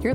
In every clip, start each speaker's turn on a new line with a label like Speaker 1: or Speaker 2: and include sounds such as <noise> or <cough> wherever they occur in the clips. Speaker 1: You're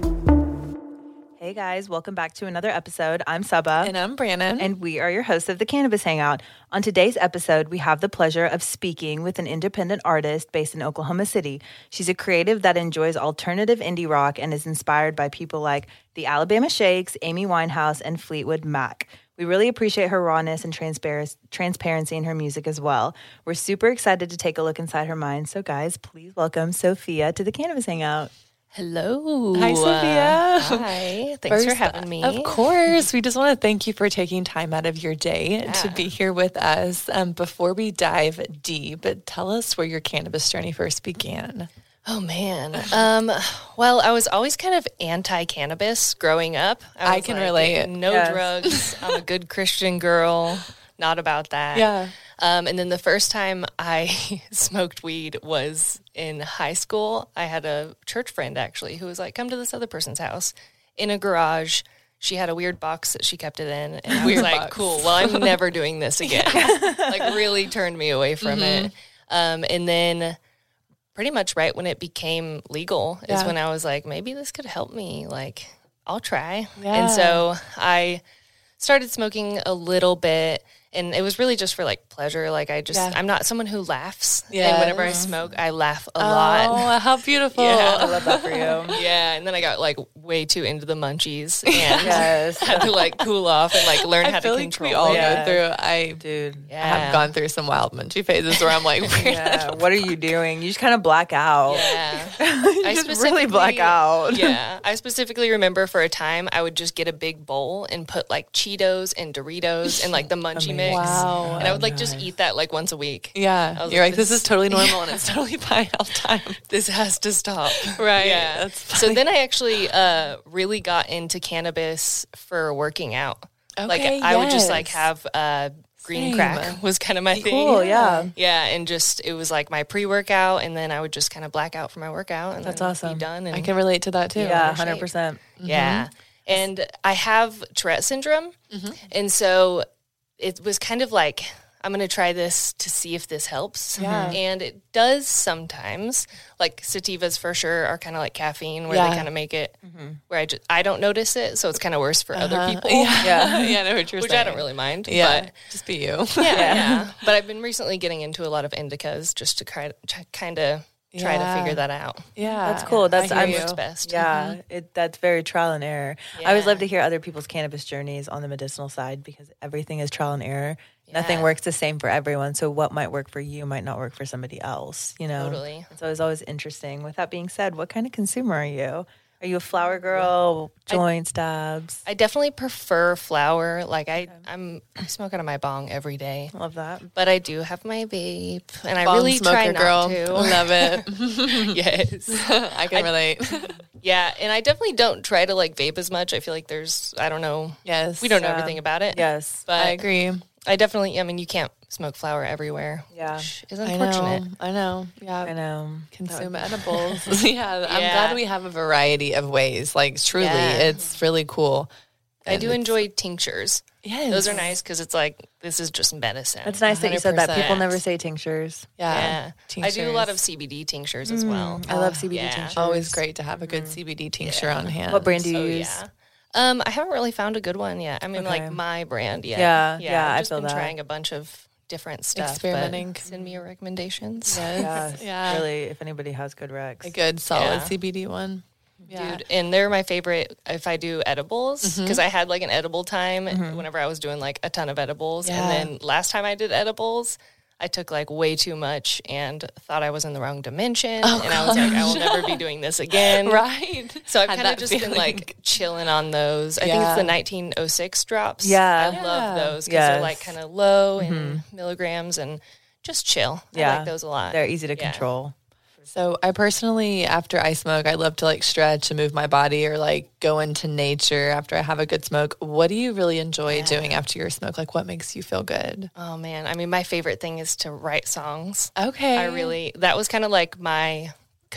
Speaker 2: Hey guys, welcome back to another episode. I'm Saba.
Speaker 1: And I'm Brannon.
Speaker 2: and we are your hosts of the Cannabis Hangout. On today's episode, we have the pleasure of speaking with an independent artist based in Oklahoma City. She's a creative that enjoys alternative indie rock and is inspired by people like the Alabama Shakes, Amy Winehouse, and Fleetwood Mac. We really appreciate her rawness and transpar- transparency in her music as well. We're super excited to take a look inside her mind. So, guys, please welcome Sophia to the Cannabis Hangout.
Speaker 3: Hello.
Speaker 2: Hi, Sophia.
Speaker 3: uh,
Speaker 2: <laughs>
Speaker 3: Hi. Thanks for
Speaker 1: uh, First,
Speaker 3: having me.
Speaker 4: Of course. We just want to thank you for taking time out of your day to be here with us. Um, before we dive deep, tell us where your cannabis journey first began.
Speaker 3: Oh, man. Um, well, I was always kind of anti cannabis growing up.
Speaker 4: I
Speaker 3: was
Speaker 4: can relate.
Speaker 3: No
Speaker 2: Yes.
Speaker 4: <laughs>
Speaker 3: drugs. I'm a good Christian girl. Not about that.
Speaker 4: Yeah.
Speaker 3: Um, and then the first time I <laughs> smoked weed was in high school. I had a church friend actually who was like, come to this other person's house in a garage. She had a weird box that she kept it in. And I was
Speaker 4: Weird
Speaker 3: like,
Speaker 4: box.
Speaker 3: cool, well, I'm never doing this
Speaker 4: <laughs>
Speaker 3: again. like, really turned me away from
Speaker 4: Mm-hmm.
Speaker 3: it. Um, and then pretty much right when it became legal is
Speaker 4: Yeah.
Speaker 3: when I was like, maybe this could help me. Like, I'll try.
Speaker 4: Yeah.
Speaker 3: And so I started smoking a little bit and it was really just for like pleasure like i just
Speaker 4: Yeah.
Speaker 3: i'm not someone who laughs and
Speaker 4: Yes.
Speaker 3: whenever i smoke i laugh a lot
Speaker 4: Oh, how <laughs> beautiful.
Speaker 3: Yeah.
Speaker 2: love that for you. <laughs>
Speaker 3: yeah and then i got like way too into the
Speaker 4: <laughs>
Speaker 3: munchies and
Speaker 2: Yes.
Speaker 3: <laughs> had to like cool off and like learn
Speaker 4: I
Speaker 3: how to
Speaker 4: feel like
Speaker 3: control
Speaker 4: we
Speaker 3: it. <laughs>
Speaker 4: all
Speaker 2: Yeah.
Speaker 4: go through. I
Speaker 2: Dude.
Speaker 3: yeah.
Speaker 4: have gone through some wild munchie phases where
Speaker 3: <laughs>
Speaker 4: I'm like, where
Speaker 2: Yeah, Uh, what are you doing? You just kind of black out.
Speaker 3: yeah
Speaker 2: you
Speaker 3: I
Speaker 2: just really black
Speaker 3: specifically-
Speaker 2: out.
Speaker 3: yeah. I specifically remember for a time I would just get a big bowl and put like Cheetos and Doritos and like the munchie mix.
Speaker 4: Wow.
Speaker 3: And I would like just eat that like once a week.
Speaker 4: Yeah.
Speaker 3: I was
Speaker 4: You're like,
Speaker 3: like,
Speaker 4: this,
Speaker 3: this- <laughs>
Speaker 4: is totally normal and it's totally fine all the time.
Speaker 3: This has to stop.
Speaker 4: Right.
Speaker 3: Yeah.
Speaker 4: That's
Speaker 3: so then I actually uh, really got into cannabis for working out. like
Speaker 4: Okay,
Speaker 3: I would just like
Speaker 4: yes.
Speaker 3: have uh, green
Speaker 4: Same.
Speaker 3: crack <laughs> was kind of my thing.
Speaker 2: Cool, yeah.
Speaker 3: Yeah, and just it was like my pre-workout, and then I would just kind of black out for my workout, and that's
Speaker 2: awesome.
Speaker 3: Be done. And
Speaker 4: I can relate to that too.
Speaker 2: Yeah,
Speaker 3: shape.
Speaker 2: hundred
Speaker 4: <laughs>
Speaker 2: percent.
Speaker 4: Mm-hmm.
Speaker 3: Yeah. And I have Tourette syndrome.
Speaker 4: Mm-hmm.
Speaker 3: And so it was kind of like, I'm going to try this to see if this helps. Mm-hmm. And it does sometimes. Like sativas for sure are kind of like caffeine where
Speaker 4: Yeah. Mm-hmm.
Speaker 3: they kind of make it where I, just, I don't notice it. So it's kind of worse for other people,
Speaker 4: Uh-huh.
Speaker 3: <laughs>
Speaker 4: Yeah. <laughs> Yeah. I know what you're
Speaker 3: which
Speaker 4: saying.
Speaker 3: I don't really mind.
Speaker 4: Yeah.
Speaker 3: But
Speaker 4: <laughs> just be you.
Speaker 3: yeah, yeah. But I've been recently getting into a lot of indicas just to try, try, kind of try
Speaker 4: Yeah.
Speaker 3: to figure that out.
Speaker 4: Yeah.
Speaker 2: That's cool. That's
Speaker 4: hear
Speaker 2: I'm
Speaker 3: What
Speaker 4: you.
Speaker 3: works best.
Speaker 2: Yeah, it, that's very trial and error. I always
Speaker 3: Yeah.
Speaker 2: love to hear other people's cannabis journeys on the medicinal side because everything is trial and error. Nothing
Speaker 3: Yeah.
Speaker 2: works the same for everyone. So what might work for you might not work for somebody else. You know,
Speaker 3: Totally.
Speaker 2: And so it's always interesting. With that being said, what kind of consumer are you? Are you a flower girl, joints, dabs?
Speaker 3: I definitely prefer flower. Like I, I'm I smoke out of my bong every day,
Speaker 2: Love that.
Speaker 3: but I do have my vape, and I
Speaker 4: Bong
Speaker 3: really try
Speaker 4: smoker
Speaker 3: not
Speaker 4: girl. <laughs>
Speaker 3: to.
Speaker 4: Love it. <laughs>
Speaker 3: yes,
Speaker 4: I can relate.
Speaker 3: yeah, and I definitely don't try to like vape as much. I feel like there's, I don't know,
Speaker 4: yes.
Speaker 3: we don't know
Speaker 2: Yeah.
Speaker 3: everything about it.
Speaker 2: Yes.
Speaker 3: but
Speaker 4: I
Speaker 3: I,
Speaker 4: agree.
Speaker 3: definitely. I mean, you can't smoke flower everywhere.
Speaker 2: Yeah.
Speaker 3: which is
Speaker 4: I
Speaker 3: unfortunate.
Speaker 4: know. I know. Yeah.
Speaker 2: I know.
Speaker 4: Consume <laughs> edibles. yeah, I'm
Speaker 3: Yeah.
Speaker 4: glad we have a variety of ways. Like truly,
Speaker 3: Yeah.
Speaker 4: it's really cool.
Speaker 3: I do enjoy tinctures.
Speaker 4: Yes,
Speaker 3: Those are nice because it's like this is just medicine.
Speaker 2: It's nice that you said that. People
Speaker 3: 100%.
Speaker 2: never say tinctures.
Speaker 4: Yeah,
Speaker 3: Yeah, I do a lot of CBD tinctures as well.
Speaker 2: I love CBD
Speaker 3: yeah.
Speaker 2: tinctures.
Speaker 4: Always great to have a good CBD tincture on hand.
Speaker 2: What brand do you
Speaker 3: Oh
Speaker 2: use?
Speaker 3: Yeah. Um, I haven't really found a good one yet. I mean,
Speaker 2: Okay.
Speaker 3: like my brand yet.
Speaker 2: Yeah, yeah,
Speaker 3: I've
Speaker 2: I
Speaker 3: just
Speaker 2: feel
Speaker 3: been
Speaker 2: that.
Speaker 3: trying a bunch of different stuff. but
Speaker 4: Experimenting.
Speaker 3: Send me your recommendations,
Speaker 2: Yes.
Speaker 4: Yeah. <laughs>
Speaker 2: Really, if anybody has good recs.
Speaker 4: A good solid
Speaker 3: Yeah.
Speaker 4: CBD <laughs> one. Yeah. Mm-hmm.
Speaker 3: dude. And they're my favorite if I do edibles because I had like an edible time whenever I was doing like a ton of edibles,
Speaker 4: Yeah.
Speaker 3: and then last time I did edibles. I took like way too much and thought I was in the wrong dimension. and I was like, I will never be doing this again.
Speaker 4: Oh, <laughs> Right.
Speaker 3: So I've
Speaker 4: Had
Speaker 3: kind of
Speaker 4: that
Speaker 3: just been
Speaker 4: feeling.
Speaker 3: like chilling on those. I think
Speaker 4: Yeah.
Speaker 3: it's the 1906 drops.
Speaker 2: Yeah.
Speaker 3: I love those because
Speaker 2: Yes.
Speaker 3: they're like kind of
Speaker 4: Mm-hmm.
Speaker 3: low in milligrams and just chill. I
Speaker 2: Yeah.
Speaker 3: like those a lot.
Speaker 2: They're easy to
Speaker 3: Yeah.
Speaker 2: control.
Speaker 4: So I personally, after I smoke, I love to like stretch and move my body or like go into nature after I have a good smoke. What do you really enjoy doing after your smoke? Like what makes you feel good?
Speaker 3: Oh man, I mean, my favorite thing is to write songs.
Speaker 4: Okay.
Speaker 3: I really that was kind of like my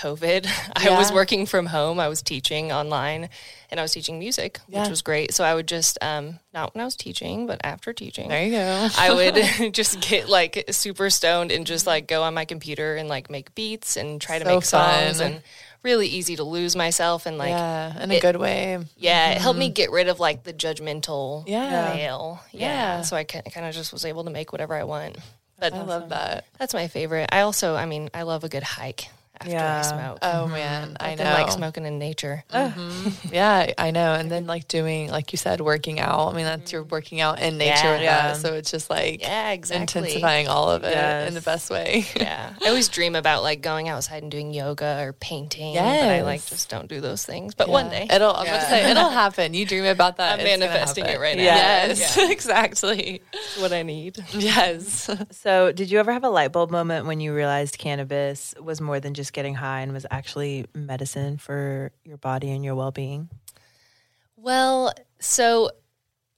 Speaker 3: COVID. <laughs> I was
Speaker 4: Yeah.
Speaker 3: working from home. I was teaching online, and I was teaching music,
Speaker 4: Yeah.
Speaker 3: which was great. So I would just um, not when I was teaching, but after teaching,
Speaker 4: There you go.
Speaker 3: I would
Speaker 4: <laughs>
Speaker 3: <laughs> just get like super stoned and just like go on my computer and like make beats and try to
Speaker 4: So
Speaker 3: make songs
Speaker 4: fun.
Speaker 3: and really easy to lose myself and like yeah,
Speaker 4: yeah, in a good way.
Speaker 3: it helped me get rid of like the judgmental
Speaker 4: Mm-hmm. Yeah.
Speaker 3: male. Yeah. So I kind of just was able to make whatever I want. But
Speaker 4: I love that.
Speaker 3: that's my favorite. I also, I mean, I love a good hike after
Speaker 2: Yeah.
Speaker 3: I smoke.
Speaker 4: Oh man, I know.
Speaker 3: I Mm-hmm. like smoking in nature.
Speaker 4: Yeah, I know. And then like doing, like you said, working out. I mean, that's you're working out in nature.
Speaker 3: Mm. Yeah.
Speaker 4: with that. So it's just like
Speaker 3: Yeah, exactly.
Speaker 4: intensifying all of it in the
Speaker 2: Yes.
Speaker 4: best way. <laughs>
Speaker 3: Yeah. I always dream about like going outside and doing yoga or painting. But I like
Speaker 4: Yes.
Speaker 3: just don't do those things. But one day.
Speaker 4: It'll. I'm about to say
Speaker 3: <laughs>
Speaker 4: it'll happen. You dream about that.
Speaker 3: I'm
Speaker 4: it's gonna
Speaker 3: manifesting
Speaker 4: happen.
Speaker 3: it right now.
Speaker 4: Yes, <laughs> exactly.
Speaker 3: what I need. <laughs>
Speaker 4: Yes.
Speaker 2: So, did you ever have a light bulb moment when you realized cannabis was more than just getting high and was actually medicine for your body and your well being?
Speaker 3: Well, so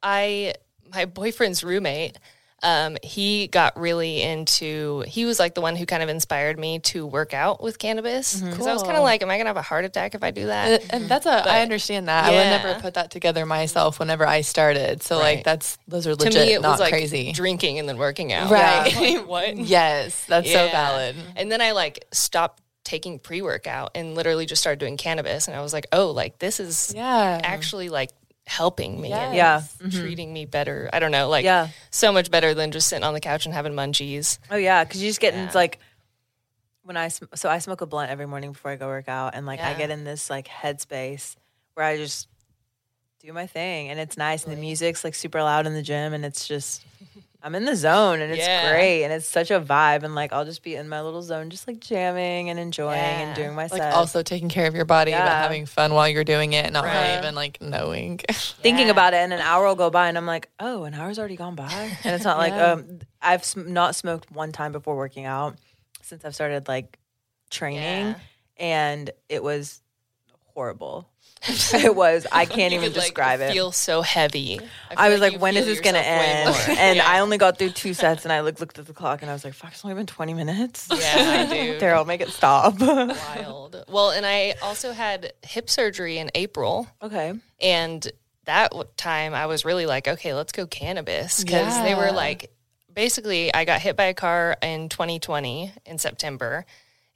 Speaker 3: I my boyfriend's roommate, um, he got really into he was like the one who kind of inspired me to work out with cannabis.
Speaker 4: Mm-hmm.
Speaker 3: Because I was kinda like, Am I gonna have a heart attack if I do that?
Speaker 4: And that's a. I understand that. I would
Speaker 3: Mm-hmm. Yeah.
Speaker 4: never put that together myself. Whenever I started, so
Speaker 3: Right.
Speaker 4: like that's those are
Speaker 3: to
Speaker 4: legit
Speaker 3: me it
Speaker 4: not
Speaker 3: was like
Speaker 4: crazy.
Speaker 3: drinking and then working out.
Speaker 4: Right.
Speaker 3: Yeah. <laughs>
Speaker 4: <laughs>
Speaker 3: Like, what?
Speaker 4: Yes, that's so
Speaker 3: Yeah.
Speaker 4: valid.
Speaker 3: And then I like stopped taking pre workout and literally just started doing cannabis. And I was like, oh, like this is
Speaker 4: Yeah.
Speaker 3: actually like helping me. and
Speaker 2: Yeah.
Speaker 3: Treating me better. I don't know. Like,
Speaker 2: Yeah.
Speaker 3: so much better than just sitting on the couch and having munchies.
Speaker 2: Oh, yeah. Cause you just get in, like, when I, sm- so I smoke a blunt every morning before I go work out. And like, I
Speaker 3: Yeah.
Speaker 2: get in this like headspace where I just do my thing and it's nice. And the music's like super loud in the gym and it's just, I'm in the zone and it's
Speaker 3: Yeah.
Speaker 2: great. And it's such a vibe. And like, I'll just be in my little zone, just like jamming and enjoying and
Speaker 3: Yeah.
Speaker 2: doing my
Speaker 4: like
Speaker 2: set.
Speaker 4: also taking care of your body, but
Speaker 2: Yeah.
Speaker 4: having fun while you're doing it, not
Speaker 3: Right.
Speaker 4: even like knowing. <laughs>
Speaker 2: thinking
Speaker 3: Yeah.
Speaker 2: about it and an hour will go by and I'm like, oh, an hour's already gone by.
Speaker 3: <laughs>
Speaker 2: And it's not like um, I've sm- not smoked one time before working out since I've started like training
Speaker 3: Yeah.
Speaker 2: and it was
Speaker 3: <laughs>
Speaker 2: horrible. it was. I can't
Speaker 3: You
Speaker 2: even
Speaker 3: could, like,
Speaker 2: describe it.
Speaker 3: Feel so heavy.
Speaker 2: I was like,
Speaker 3: you
Speaker 2: when is
Speaker 3: feel
Speaker 2: this going to
Speaker 3: yourself way
Speaker 2: end? <laughs>
Speaker 3: more.
Speaker 2: And
Speaker 3: Yeah.
Speaker 2: I only got through two sets and I looked, looked at the clock and I was like, fuck, it's only been 20
Speaker 3: <laughs>
Speaker 2: minutes. <laughs>
Speaker 3: Yeah, dude.
Speaker 2: Daryl, make it stop. <laughs>
Speaker 3: Wild. Well, and I also had hip surgery in April.
Speaker 2: okay.
Speaker 3: And that w- time I was really like, okay, let's go cannabis because they were
Speaker 4: Yeah.
Speaker 3: like, basically, I got hit by a car in 2020 in September.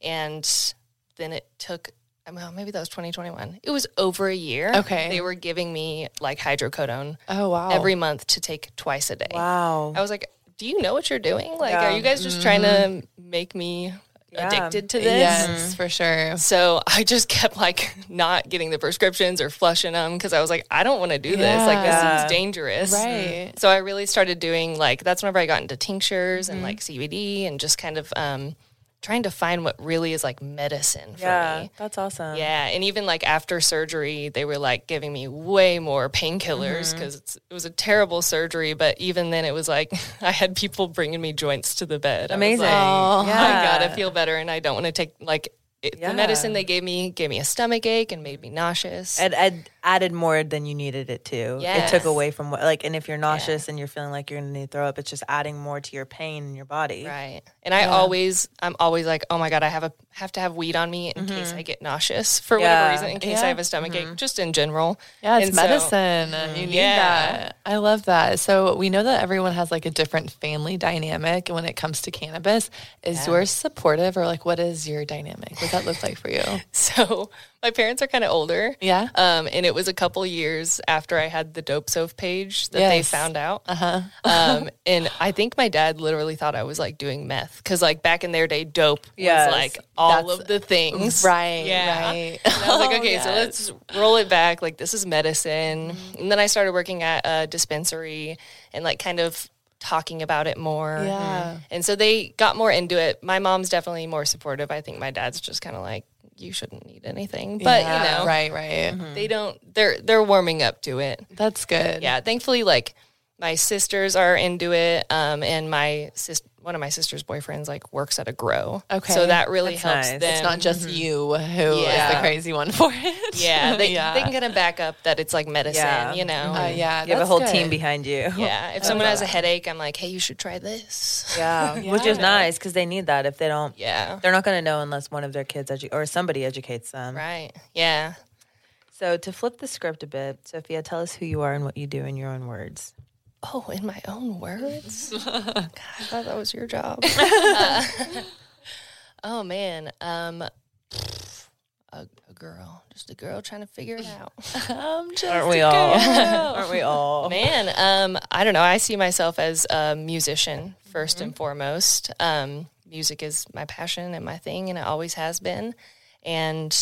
Speaker 3: And then it took, I mean, maybe that was 2021. It was over a year.
Speaker 4: Okay.
Speaker 3: They were giving me like hydrocodone
Speaker 4: Oh wow!
Speaker 3: every month to take twice a day.
Speaker 2: Wow.
Speaker 3: I was like, do you know what you're doing? Like,
Speaker 2: Yeah. Mm-hmm.
Speaker 3: are you guys just trying to make me
Speaker 2: Yeah.
Speaker 3: addicted to this? Mm-hmm.
Speaker 4: yes, for sure.
Speaker 3: So I just kept like not getting the prescriptions or flushing them because I was like, I don't want to do this. Like this
Speaker 2: Yeah.
Speaker 3: is dangerous.
Speaker 4: Right.
Speaker 3: So I really started doing like that's whenever I got into tinctures
Speaker 2: Mm-hmm.
Speaker 3: and like CBD and just kind of um, trying to find what really is like medicine for
Speaker 2: Yeah.
Speaker 3: me.
Speaker 2: That's awesome.
Speaker 3: Yeah, and even like after surgery, they were like giving me way more
Speaker 2: Mm-hmm.
Speaker 3: painkillers because it was a terrible surgery. But even then, it was like <laughs> I had people bringing me joints to the bed. I was
Speaker 2: Amazing.
Speaker 3: like, "Oh,
Speaker 2: yeah.
Speaker 3: I gotta feel better, and I don't want to take like it,
Speaker 2: Yeah.
Speaker 3: the medicine they gave me gave me a stomach ache and made me nauseous.
Speaker 2: It, it added more than you needed it to. It
Speaker 3: Yes.
Speaker 2: took away from what, like, and if you're nauseous and you're feeling like you're going to need to throw up, it's just adding more to your pain in your body.
Speaker 3: right, and I always I'm always like, oh my god, I have a have to have weed on me in case I get nauseous for
Speaker 2: Mm-hmm. Yeah. Mm-hmm.
Speaker 3: whatever reason, in case I have a stomach ache, just in general.
Speaker 4: Yeah, it's
Speaker 3: And so-
Speaker 4: medicine. you need
Speaker 3: Yeah.
Speaker 4: that. I love that. So we know that everyone has like a different family dynamic when it comes to cannabis. Is yours supportive or like what is your dynamic? What does that look like for <laughs> you?
Speaker 3: <laughs> So my parents are kind of older.
Speaker 4: Yeah.
Speaker 3: Um, and it was a couple years after I had the dope soap page that they
Speaker 4: Yes.
Speaker 3: found out.
Speaker 4: <laughs>
Speaker 3: Uh-huh. um, and I think my dad literally thought I was like doing meth because like back in their day, dope
Speaker 2: Yes.
Speaker 3: was like all
Speaker 4: That's-
Speaker 3: of the things.
Speaker 4: Right,
Speaker 3: Yeah.
Speaker 4: <laughs> right.
Speaker 3: And I was
Speaker 4: Oh,
Speaker 3: like, okay, so let's roll it back. Like this is medicine.
Speaker 4: Mm-hmm.
Speaker 3: And then I started working at a dispensary and like kind of talking about it more. Mm-hmm.
Speaker 4: Yeah.
Speaker 3: And so they got more into it. My mom's definitely more supportive. I think my dad's just kind of like, you shouldn't need anything. But you know, Mm-hmm.
Speaker 4: right, right.
Speaker 3: they don't. They're they're warming up to it.
Speaker 4: That's good.
Speaker 3: Yeah. Thankfully, like my sisters are into it, um, and my sis- one of my sister's boyfriends like works at a grow.
Speaker 4: Okay.
Speaker 3: so that really
Speaker 2: That's
Speaker 3: helps
Speaker 2: nice.
Speaker 3: them.
Speaker 4: It's not just you who is the
Speaker 3: Mm-hmm. Yeah.
Speaker 4: crazy one for it. <laughs>
Speaker 3: yeah, they,
Speaker 4: yeah.
Speaker 3: they can kind of back up that it's like medicine,
Speaker 2: Yeah.
Speaker 3: you know.
Speaker 4: Uh, yeah,
Speaker 2: You have a
Speaker 4: that's
Speaker 2: whole
Speaker 4: good.
Speaker 2: team behind you. <laughs>
Speaker 3: Yeah, if someone has a headache, I'm like, hey, you should try this. <laughs>
Speaker 2: Yeah, <laughs> which is
Speaker 4: Yeah.
Speaker 2: nice because they need that. If they don't,
Speaker 3: Yeah,
Speaker 2: they're not going to know unless one of their kids edu- or somebody educates them.
Speaker 3: right. Yeah.
Speaker 2: So to flip the script a bit, Sophia, tell us who you are and what you do in your own words.
Speaker 3: Oh, in my own words? God, I thought that was your job. <laughs> Uh, oh, man. Um, a, a girl, just a girl trying to figure it out.
Speaker 4: I'm just
Speaker 2: Aren't we
Speaker 4: a
Speaker 2: all?
Speaker 4: girl.
Speaker 2: <laughs> Aren't we all?
Speaker 3: Man, um, I don't know. I see myself as a musician 1st
Speaker 4: Mm-hmm.
Speaker 3: and foremost. Um, music is my passion and my thing, and it always has been. And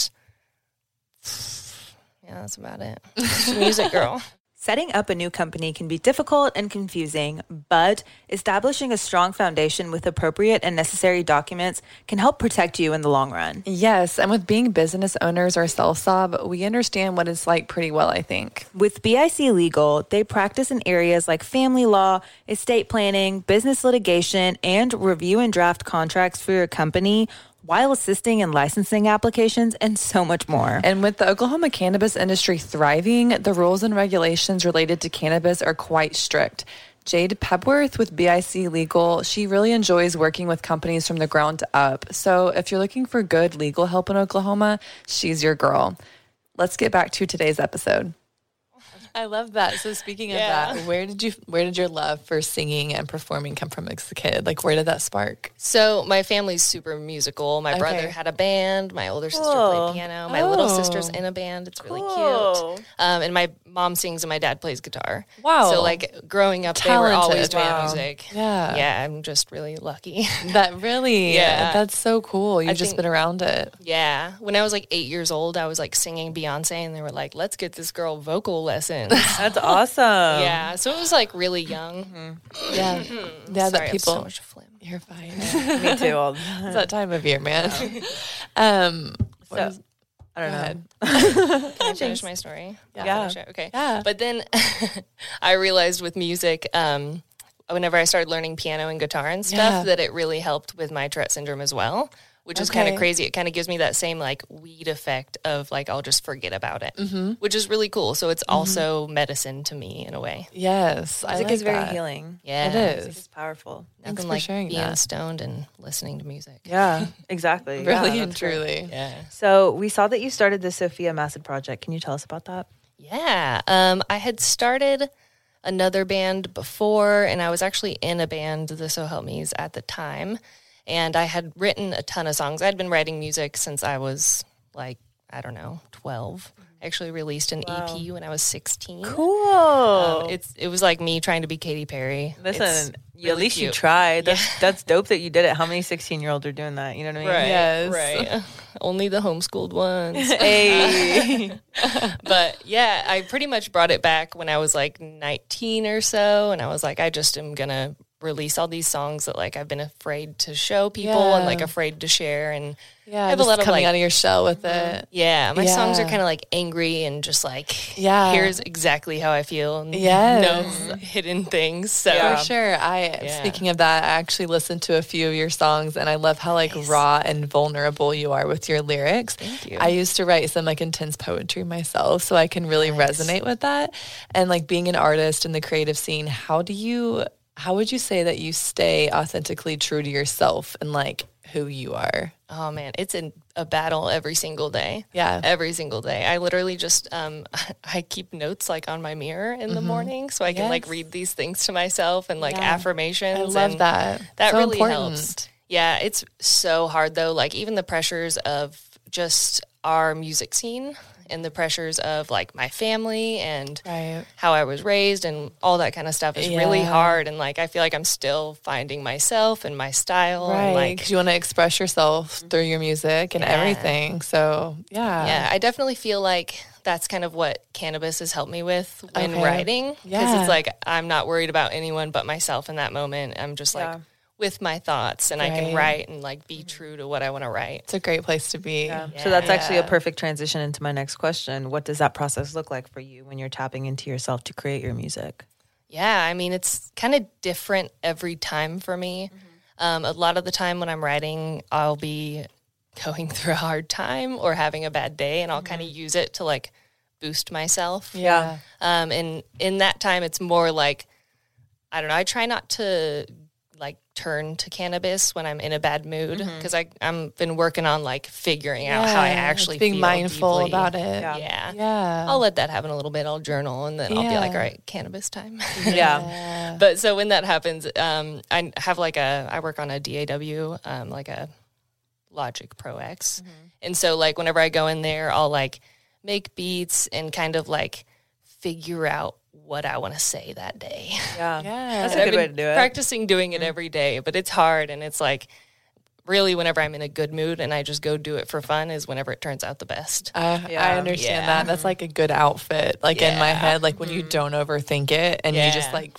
Speaker 3: yeah, that's about it. Just a music
Speaker 4: <laughs>
Speaker 3: girl.
Speaker 2: Setting up a new company can be difficult and confusing, but establishing a strong foundation with appropriate and necessary documents can help protect you in the long run.
Speaker 1: Yes, and with being business owners ourselves, Sob, we understand what it's like pretty well, I think.
Speaker 2: With BIC Legal, they practice in areas like family law, estate planning, business litigation, and review and draft contracts for your company while assisting in licensing applications and so much more.
Speaker 1: And with the Oklahoma cannabis industry thriving, the rules and regulations related to cannabis are quite strict. Jade Pebworth with BIC Legal, she really enjoys working with companies from the ground up. So if you're looking for good legal help in Oklahoma, she's your girl. Let's get back to today's episode.
Speaker 4: I love that. So speaking
Speaker 3: Yeah.
Speaker 4: of that, where did you where did your love for singing and performing come from as a kid? Like where did that spark?
Speaker 3: So my family's super musical. My brother
Speaker 4: Okay.
Speaker 3: had a band. My older sister
Speaker 2: Cool.
Speaker 3: played piano. My little
Speaker 4: Oh.
Speaker 3: sister's in a band. It's really
Speaker 2: Cool.
Speaker 3: cute. Um, and my mom sings and my dad plays guitar.
Speaker 4: Wow.
Speaker 3: So like growing up, they were always
Speaker 4: Talented.
Speaker 3: doing
Speaker 4: Wow.
Speaker 3: music.
Speaker 4: Yeah.
Speaker 3: Yeah. I'm just really lucky. <laughs>
Speaker 4: That really
Speaker 3: Yeah.
Speaker 4: that's so cool. You've just
Speaker 3: think-
Speaker 4: been
Speaker 3: <laughs>
Speaker 4: around it.
Speaker 3: yeah. When I was like eight years old, I was like singing Beyonce, and they were like, "Let's get this girl vocal
Speaker 4: <laughs>
Speaker 3: lessons."
Speaker 4: Oh.
Speaker 2: That's awesome. Yeah.
Speaker 3: yeah. So it was like really young.
Speaker 4: Yeah. yeah,
Speaker 3: Sorry, I
Speaker 4: that
Speaker 3: have so
Speaker 4: Mm-hmm. people
Speaker 3: much phlegm.
Speaker 4: You're <laughs> fine.
Speaker 2: Me too. all the
Speaker 4: it's that time of year, man.
Speaker 3: Oh.
Speaker 4: <laughs> um what
Speaker 2: So-
Speaker 4: was-
Speaker 2: I don't
Speaker 4: go
Speaker 2: know.
Speaker 4: ahead.
Speaker 3: Can I finish my story? I'll
Speaker 2: Yeah.
Speaker 3: finish it. Okay.
Speaker 4: Yeah.
Speaker 3: But then <laughs> I realized with music, um, whenever I started learning piano and guitar and stuff,
Speaker 4: Yeah.
Speaker 3: that it really helped with my Tourette syndrome as well, which is kind
Speaker 4: Okay.
Speaker 3: of crazy. It kind of gives me that same like weed effect of like I'll just forget about it,
Speaker 4: Mm-hmm.
Speaker 3: which is really cool. So it's also medicine to me in a way.
Speaker 4: Yes. I
Speaker 2: Music
Speaker 4: like
Speaker 2: is very
Speaker 4: that.
Speaker 2: healing.
Speaker 3: Yeah.
Speaker 4: It
Speaker 2: Music
Speaker 4: is.
Speaker 2: is powerful.
Speaker 4: Thanks
Speaker 3: Nothing
Speaker 4: for
Speaker 3: like
Speaker 4: sharing
Speaker 3: being
Speaker 4: that.
Speaker 3: stoned and listening to music.
Speaker 2: Yeah, <laughs> exactly. Yeah,
Speaker 4: Really and
Speaker 2: that's great.
Speaker 4: truly.
Speaker 3: Yeah.
Speaker 2: So we saw that you started the Sophia Massad project. Can you tell us about that?
Speaker 3: Yeah. Um, I had started another band before, and I was actually in a band, the So Help Me's, at the time. And I had written a ton of songs. I'd been writing music since I was like, I don't know, 12. I actually released an EP when I was 16.
Speaker 2: Mm-hmm. Cool.
Speaker 3: Um, it's, it was like me trying to be Katy Perry. It's
Speaker 2: Listen, you- at
Speaker 3: really
Speaker 2: least you
Speaker 3: cute.
Speaker 2: tried. That's, that's dope that you did it. How many 16 year olds are doing that? You know what I mean?
Speaker 3: Right.
Speaker 4: Yes.
Speaker 3: Right. <laughs> Only the homeschooled ones.
Speaker 2: <laughs> Hey.
Speaker 3: but yeah, I pretty much brought it back when I was like 19 or so. And I was like, I just am going to release all these songs that like I've been afraid to show people and
Speaker 4: Yeah.
Speaker 3: like afraid to share. And
Speaker 4: Yeah.
Speaker 3: I have a
Speaker 4: just
Speaker 3: lot of, like-
Speaker 4: coming
Speaker 3: Mm-hmm.
Speaker 4: out of your shell with it.
Speaker 3: yeah, my songs are
Speaker 4: Yeah.
Speaker 3: kind of like angry and just like,
Speaker 4: Yeah.
Speaker 3: here's exactly how I feel and
Speaker 4: Yes.
Speaker 3: no <laughs> hidden things. So
Speaker 4: For sure. I
Speaker 3: Yeah.
Speaker 4: speaking of that, I actually listened to a few of your songs and I love how like raw and vulnerable you are with your lyrics. Thank
Speaker 3: you.
Speaker 4: I used to write some like intense poetry myself, so I can really resonate with that. And like being an artist in the creative scene, how do you how would you say that you stay authentically true to yourself and like who you are?
Speaker 3: Oh man, it's in a battle every single day.
Speaker 4: Yeah.
Speaker 3: every single day. I literally just um, <laughs> I keep notes like on my mirror in the morning, so I can like
Speaker 4: Mm-hmm. Yes.
Speaker 3: read these things to myself and like affirmations.
Speaker 4: I love
Speaker 3: and
Speaker 4: that.
Speaker 3: That
Speaker 4: So
Speaker 3: really
Speaker 4: important.
Speaker 3: helps. Yeah, it's so hard though. Like even the pressures of just our music scene and the pressures of like my family and
Speaker 4: Right.
Speaker 3: how I was raised and all that kind of stuff is really
Speaker 4: Yeah.
Speaker 3: hard. And like I feel like I'm still finding myself and my style
Speaker 4: Right.
Speaker 3: and
Speaker 4: 'Cause
Speaker 3: like
Speaker 4: you want to express yourself through your music and everything. So yeah.
Speaker 3: Yeah, I definitely feel like that's kind of what cannabis has helped me with when
Speaker 4: Okay.
Speaker 3: writing because
Speaker 4: Yeah.
Speaker 3: it's like I'm not worried about anyone but myself in that moment. I'm just like with my thoughts and I can
Speaker 4: Right. Mm-hmm.
Speaker 3: write and like be true to what I want to write.
Speaker 4: It's a great place to be.
Speaker 2: So that's actually a perfect transition into my next question. What does that process look like for you when you're tapping into yourself to create your music?
Speaker 3: Yeah, I mean, it's kind of different every time for me.
Speaker 4: Mm-hmm.
Speaker 3: Um, a lot of the time when I'm writing, I'll be going <laughs> through a hard time or having a bad day, and I'll kind of use it to like boost myself.
Speaker 4: Mm-hmm. Yeah.
Speaker 3: Um, and in that time, it's more like, I don't know, I try not to like turn to cannabis when I'm in a bad mood because I I'm been working on like figuring out how I
Speaker 4: Mm-hmm. Yeah, it's
Speaker 3: actually
Speaker 4: being
Speaker 3: feel
Speaker 4: mindful
Speaker 3: deeply.
Speaker 4: about it.
Speaker 2: Yeah.
Speaker 3: Yeah. Oh,
Speaker 4: Yeah.
Speaker 3: I'll let that happen a little bit. I'll journal and then I'll be like,
Speaker 4: Yeah.
Speaker 3: all right, cannabis time. <laughs>
Speaker 2: Yeah.
Speaker 3: but so when that happens, um, I have like a, I work on a DAW, um, like a Logic Pro X.
Speaker 4: Mm-hmm.
Speaker 3: And so like whenever I go in there, I'll like make beats and kind of like figure out what I want to say that day.
Speaker 2: Yeah.
Speaker 4: Yeah.
Speaker 2: That's
Speaker 3: And
Speaker 2: a
Speaker 3: I've
Speaker 2: good way to
Speaker 3: been
Speaker 2: do it.
Speaker 3: Practicing doing
Speaker 4: Mm-hmm.
Speaker 3: it every day, but it's hard and it's like really whenever I'm in a good mood and I just go do it for fun is whenever it turns out the best.
Speaker 4: Uh,
Speaker 2: Yeah.
Speaker 4: I understand
Speaker 3: Yeah.
Speaker 4: that. That's like a good outfit. Like in my head, like when you don't overthink it and you just
Speaker 3: Yeah.
Speaker 4: like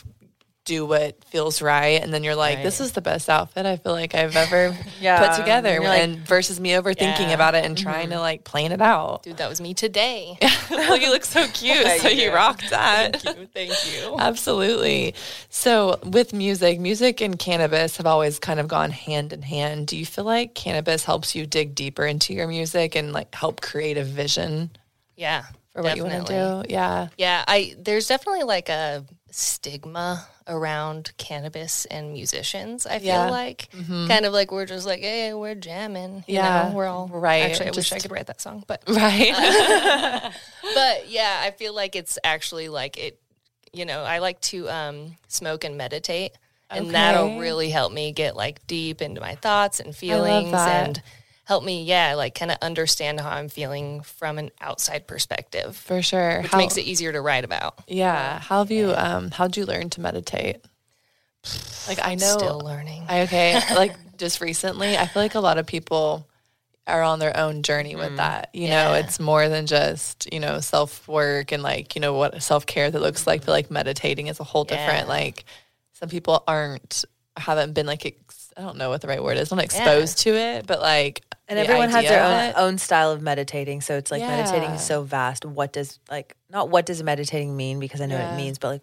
Speaker 4: do what feels right, and then you're like, "This is the best outfit I feel like I've ever
Speaker 2: Yeah.
Speaker 4: put together."
Speaker 2: You're
Speaker 4: And,
Speaker 2: like-
Speaker 4: versus me overthinking
Speaker 3: Yeah.
Speaker 4: about it and trying to like plan it out.
Speaker 3: Dude, <laughs> that was me
Speaker 4: <laughs>
Speaker 3: today.
Speaker 4: well, you look <laughs> so cute,
Speaker 2: Yeah,
Speaker 4: so
Speaker 2: you
Speaker 4: you
Speaker 2: do.
Speaker 4: rocked that.
Speaker 3: Thank you. Thank you.
Speaker 4: Absolutely. So, with music, music and cannabis have always kind of gone hand in hand. Do you feel like cannabis helps you dig deeper into your music and like help create a vision
Speaker 3: Yeah.
Speaker 4: for what you want to do? Yeah. <laughs>
Speaker 3: Yeah, I there's definitely like a stigma around cannabis and musicians. I feel
Speaker 4: Yeah. Mm-hmm.
Speaker 3: like kind of like we're just like, hey, we're jamming. You
Speaker 4: Yeah,
Speaker 3: know, we're all
Speaker 4: right,
Speaker 3: Actually, I wish I
Speaker 4: just-
Speaker 3: could write that song, but
Speaker 4: Right.
Speaker 3: but yeah, I feel like it's actually like it. You know, I like to um, smoke and meditate, and
Speaker 4: Okay.
Speaker 3: that'll really help me get like deep into my thoughts and feelings,
Speaker 4: that.
Speaker 3: and help me, yeah, like kind of understand how I'm feeling from an outside perspective,
Speaker 4: For sure.
Speaker 3: which makes it easier to write about.
Speaker 4: Yeah. How have you um how'd you learn to meditate? Like I know
Speaker 3: Still learning.
Speaker 4: I okay, like <laughs> just recently, I feel like a lot of people are on their own journey with that. You know, it's more than just, you know, self work and like, you know, what self care that looks like, but like meditating is a whole different like some people aren't haven't been like ex- I don't know what the right word is, not exposed to it, but like
Speaker 2: And
Speaker 4: the
Speaker 2: everyone has
Speaker 4: idea
Speaker 2: their
Speaker 4: of
Speaker 2: own,
Speaker 4: it.
Speaker 2: own style of meditating. So it's like meditating
Speaker 4: Yeah.
Speaker 2: is so vast. What does like not what does meditating mean? Because I know
Speaker 4: Yeah.
Speaker 2: it means, but like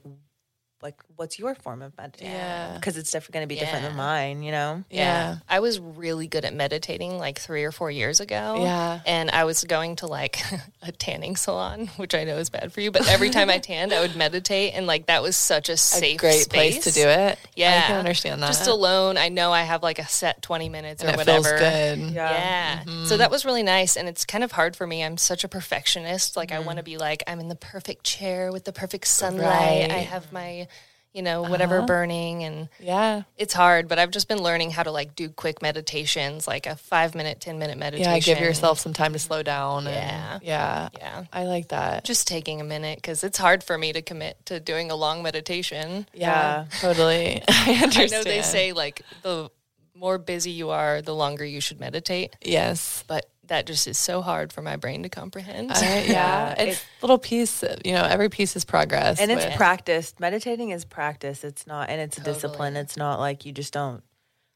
Speaker 2: like what's your form of meditating?
Speaker 4: Yeah.
Speaker 2: Because it's definitely gonna be different than
Speaker 3: Yeah.
Speaker 2: mine, you know?
Speaker 4: Yeah.
Speaker 3: I was really good at meditating like three or four years ago.
Speaker 4: Yeah.
Speaker 3: And I was going to like <laughs> a tanning salon, which I know is bad for you, but every time I
Speaker 4: <laughs>
Speaker 3: tanned, I would meditate. And like that was such a safe,
Speaker 4: Great place
Speaker 3: space.
Speaker 4: to do it.
Speaker 3: Yeah.
Speaker 4: I can understand that.
Speaker 3: Just alone. I know I have like a set 20 minutes
Speaker 4: and
Speaker 3: or
Speaker 4: it
Speaker 3: whatever.
Speaker 4: feels good. Mm-hmm.
Speaker 3: Yeah. So that was really nice. And it's kind of hard for me. I'm such a perfectionist. Like, I want to
Speaker 4: Mm-hmm.
Speaker 3: be like, I'm in the perfect chair with the perfect sunlight. I
Speaker 4: Right. Uh-huh.
Speaker 3: have my, you know, whatever burning. And
Speaker 4: Yeah.
Speaker 3: it's hard, but I've just been learning how to like do quick meditations, like a five minute, 10 minute meditation.
Speaker 4: Yeah, give yourself some time to slow down.
Speaker 3: Yeah.
Speaker 4: And yeah.
Speaker 3: Yeah.
Speaker 4: I like that.
Speaker 3: Just taking a minute because it's hard for me to commit to doing a long meditation.
Speaker 4: Yeah, totally.
Speaker 3: <laughs>
Speaker 4: <laughs> I
Speaker 3: I
Speaker 4: understand.
Speaker 3: know they say like the more busy you are, the longer you should meditate,
Speaker 4: yes.
Speaker 3: but that just is so hard for my brain to comprehend. <laughs>
Speaker 4: I- <laughs> yeah, it's little piece. You know, every piece is progress.
Speaker 2: And it's
Speaker 4: with-
Speaker 2: practiced. Meditating is practice. It's not, and it's a discipline. It's not like you just don't.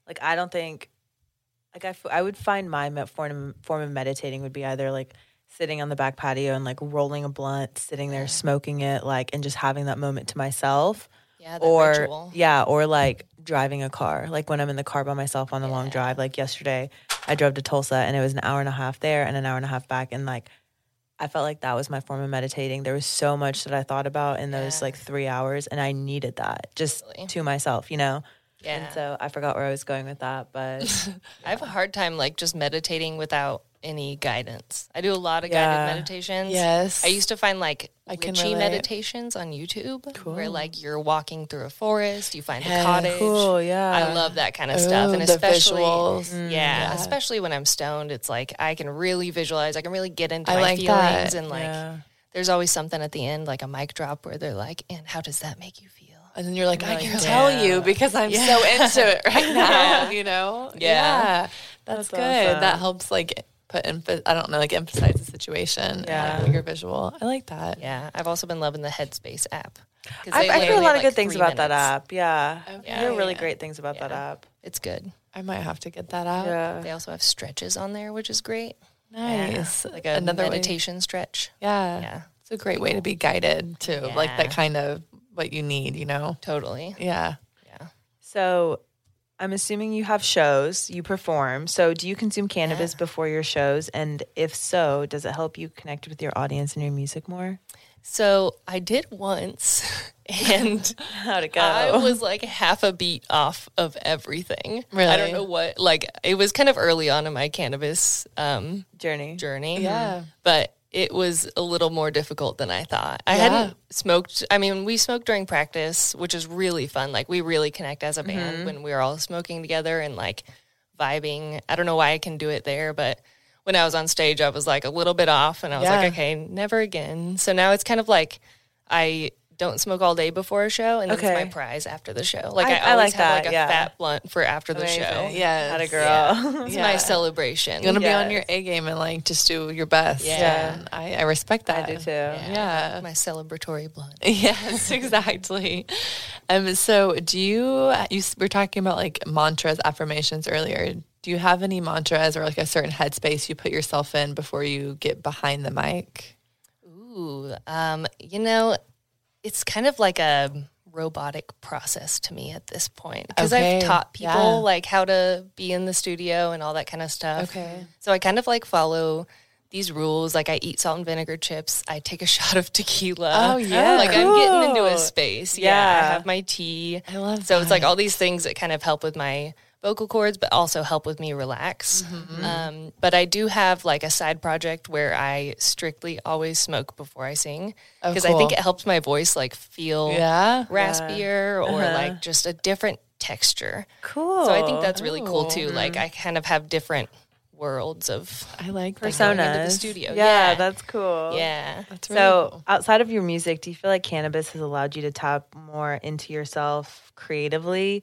Speaker 2: Like I don't think. Like I, f- I would find my me- form form of meditating would be either like sitting on the back patio and like rolling a blunt, sitting there smoking it, like and just having that moment to myself.
Speaker 3: yeah, that
Speaker 2: or
Speaker 3: ritual.
Speaker 2: yeah, or like driving a car. Like when I'm in the car by myself on a long drive. Like yesterday, I drove to Tulsa and it was an hour and a half there and an hour and a half back, and like I felt like that was my form of meditating. There was so much that I thought about in those like three hours, and I needed that just to myself, you know?
Speaker 3: Yeah.
Speaker 2: And so I forgot where I was going with that,
Speaker 3: <laughs>
Speaker 2: but
Speaker 3: I have a hard time like just meditating without any guidance. I do a lot of
Speaker 2: Yeah.
Speaker 3: guided meditations.
Speaker 4: Yes.
Speaker 3: I used to find like I
Speaker 4: can
Speaker 3: witchy
Speaker 4: relate.
Speaker 3: meditations on YouTube where like you're walking through a forest, you find a
Speaker 4: Yeah.
Speaker 3: cottage.
Speaker 2: Cool, yeah.
Speaker 3: I love that kind of stuff.
Speaker 4: Ooh,
Speaker 3: And
Speaker 4: the
Speaker 3: especially
Speaker 4: visuals.
Speaker 3: Yeah, Especially when I'm stoned, it's like I can really visualize, I can really get into
Speaker 4: I
Speaker 3: my
Speaker 4: like
Speaker 3: feelings
Speaker 4: that.
Speaker 3: and like
Speaker 2: Yeah.
Speaker 3: there's always something at the end, like a mic drop where they're like, and how does that make you feel?
Speaker 4: and then you're like, I can tell you because I'm so into it right now. You know?
Speaker 3: Yeah.
Speaker 4: That's,
Speaker 2: That's
Speaker 4: good.
Speaker 2: awesome.
Speaker 4: That helps. Like put emph- I don't know, like emphasize the situation.
Speaker 2: Yeah.
Speaker 4: and, like, your visual. I like that.
Speaker 3: Yeah. I've also been loving the Headspace app. 'Cause
Speaker 2: I,
Speaker 3: they
Speaker 2: I heard a
Speaker 3: literally
Speaker 2: lot of
Speaker 3: have,
Speaker 2: good
Speaker 3: like,
Speaker 2: things
Speaker 3: three
Speaker 2: about that
Speaker 3: minutes.
Speaker 2: app. Yeah. I hear
Speaker 4: Okay.
Speaker 2: really great things about that app.
Speaker 3: It's good.
Speaker 4: I might have to get that out.
Speaker 2: Yeah.
Speaker 3: They also have stretches on there, which is great.
Speaker 4: Nice.
Speaker 3: Like a
Speaker 4: Another way-
Speaker 3: meditation stretch.
Speaker 4: Yeah.
Speaker 3: Yeah.
Speaker 4: It's a great way to be guided too. Like
Speaker 3: Yeah.
Speaker 4: that kind of what you need, you know?
Speaker 3: Totally.
Speaker 4: Yeah.
Speaker 2: So I'm assuming you have shows, you perform. So do you consume cannabis before your shows? And if so, does it help you connect with your audience and your music more?
Speaker 3: So I did once, <laughs> and
Speaker 2: How'd it go?
Speaker 3: I was like half a beat off of everything. I
Speaker 4: Really?
Speaker 3: don't know what. Like it was kind of early on in my cannabis um,
Speaker 2: Journey.
Speaker 3: journey. Yeah, but it was a little more difficult than I thought. I hadn't smoked. I mean, we smoked during practice, which is really fun. Like we really connect as a band
Speaker 2: Mm-hmm.
Speaker 3: when we're all smoking together and like vibing. I don't know why I can do it there, but. When I was on stage, I was like a little bit off, and I was like,
Speaker 4: Yeah.
Speaker 3: "Okay, never again." So now it's kind of like I don't smoke all day before a show, and that's
Speaker 2: Okay.
Speaker 3: my prize after the show. Like
Speaker 2: I-
Speaker 3: I,
Speaker 2: I
Speaker 3: always
Speaker 2: like
Speaker 3: have
Speaker 2: that,
Speaker 3: like a
Speaker 2: yeah.
Speaker 3: fat blunt for after the show.
Speaker 2: Amazing.
Speaker 4: Yes.
Speaker 2: Had a girl.
Speaker 3: It's my celebration.
Speaker 4: Gonna be on your
Speaker 2: Yes.
Speaker 4: A game and like just do your best.
Speaker 3: Yeah.
Speaker 4: And I, I respect that.
Speaker 2: I do too.
Speaker 4: Yeah.
Speaker 3: my celebratory blunt.
Speaker 4: <laughs>
Speaker 2: <laughs>
Speaker 4: Yes, exactly. Um, so do you, you s- were talking about like mantras, affirmations earlier. Do you have any mantras or like a certain headspace you put yourself in before you get behind the mic?
Speaker 3: Ooh, um, you know, it's kind of like a robotic process to me at this point because I've
Speaker 4: Okay,
Speaker 3: taught people
Speaker 4: yeah.
Speaker 3: like how to be in the studio and all that kind of stuff.
Speaker 4: Okay.
Speaker 3: so I kind of like follow these rules. Like I eat salt and vinegar chips. I take a <laughs> shot of tequila.
Speaker 4: Oh, yeah.
Speaker 3: <laughs> like I'm getting into
Speaker 2: Cool.
Speaker 3: a space. Yeah,
Speaker 2: Yeah.
Speaker 3: I have my tea.
Speaker 4: I love
Speaker 3: So it's like all these things that kind of help with my vocal cords, but also help with me relax. Um, but I do have like a side project where I strictly always smoke before I sing
Speaker 4: Oh,
Speaker 3: because I
Speaker 4: cool.
Speaker 3: think it helps my voice like feel
Speaker 4: Yeah.
Speaker 3: raspier or like just a different texture.
Speaker 2: Cool.
Speaker 3: So I think that's really cool too. Like I kind of have different worlds of
Speaker 4: I like that.
Speaker 2: personas. <laughs>
Speaker 3: into the studio.
Speaker 2: Yeah,
Speaker 3: Yeah.
Speaker 2: that's cool.
Speaker 3: yeah.
Speaker 2: so outside of your music, do you feel like cannabis has allowed you to tap more into yourself creatively?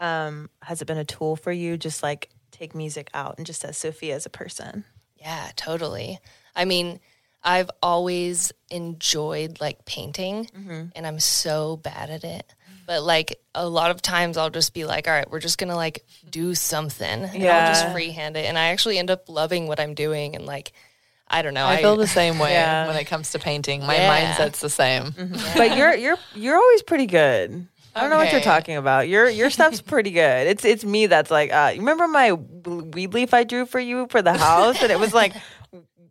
Speaker 2: Um, has it been a tool for you just like take music out and just as Sophia as a person?
Speaker 3: Yeah, totally. I mean, I've always enjoyed like painting
Speaker 4: Mm-hmm.
Speaker 3: and I'm so bad at it. But like a lot of times I'll just be like, all right, we're just going to like do something. And I'll
Speaker 2: Yeah.
Speaker 3: just freehand it. And I actually end up loving what I'm doing. And like, I don't know.
Speaker 4: I feel the same way
Speaker 2: Yeah. Mm-hmm.
Speaker 4: when it comes to painting. My
Speaker 3: Yeah.
Speaker 4: mindset's the same. <laughs>
Speaker 2: But you're you're you're always pretty good. I don't know what you're
Speaker 4: Okay.
Speaker 2: talking about. Your your stuff's pretty good. It's it's me that's like, uh, you remember my weed leaf I drew for you for the house, and it was like,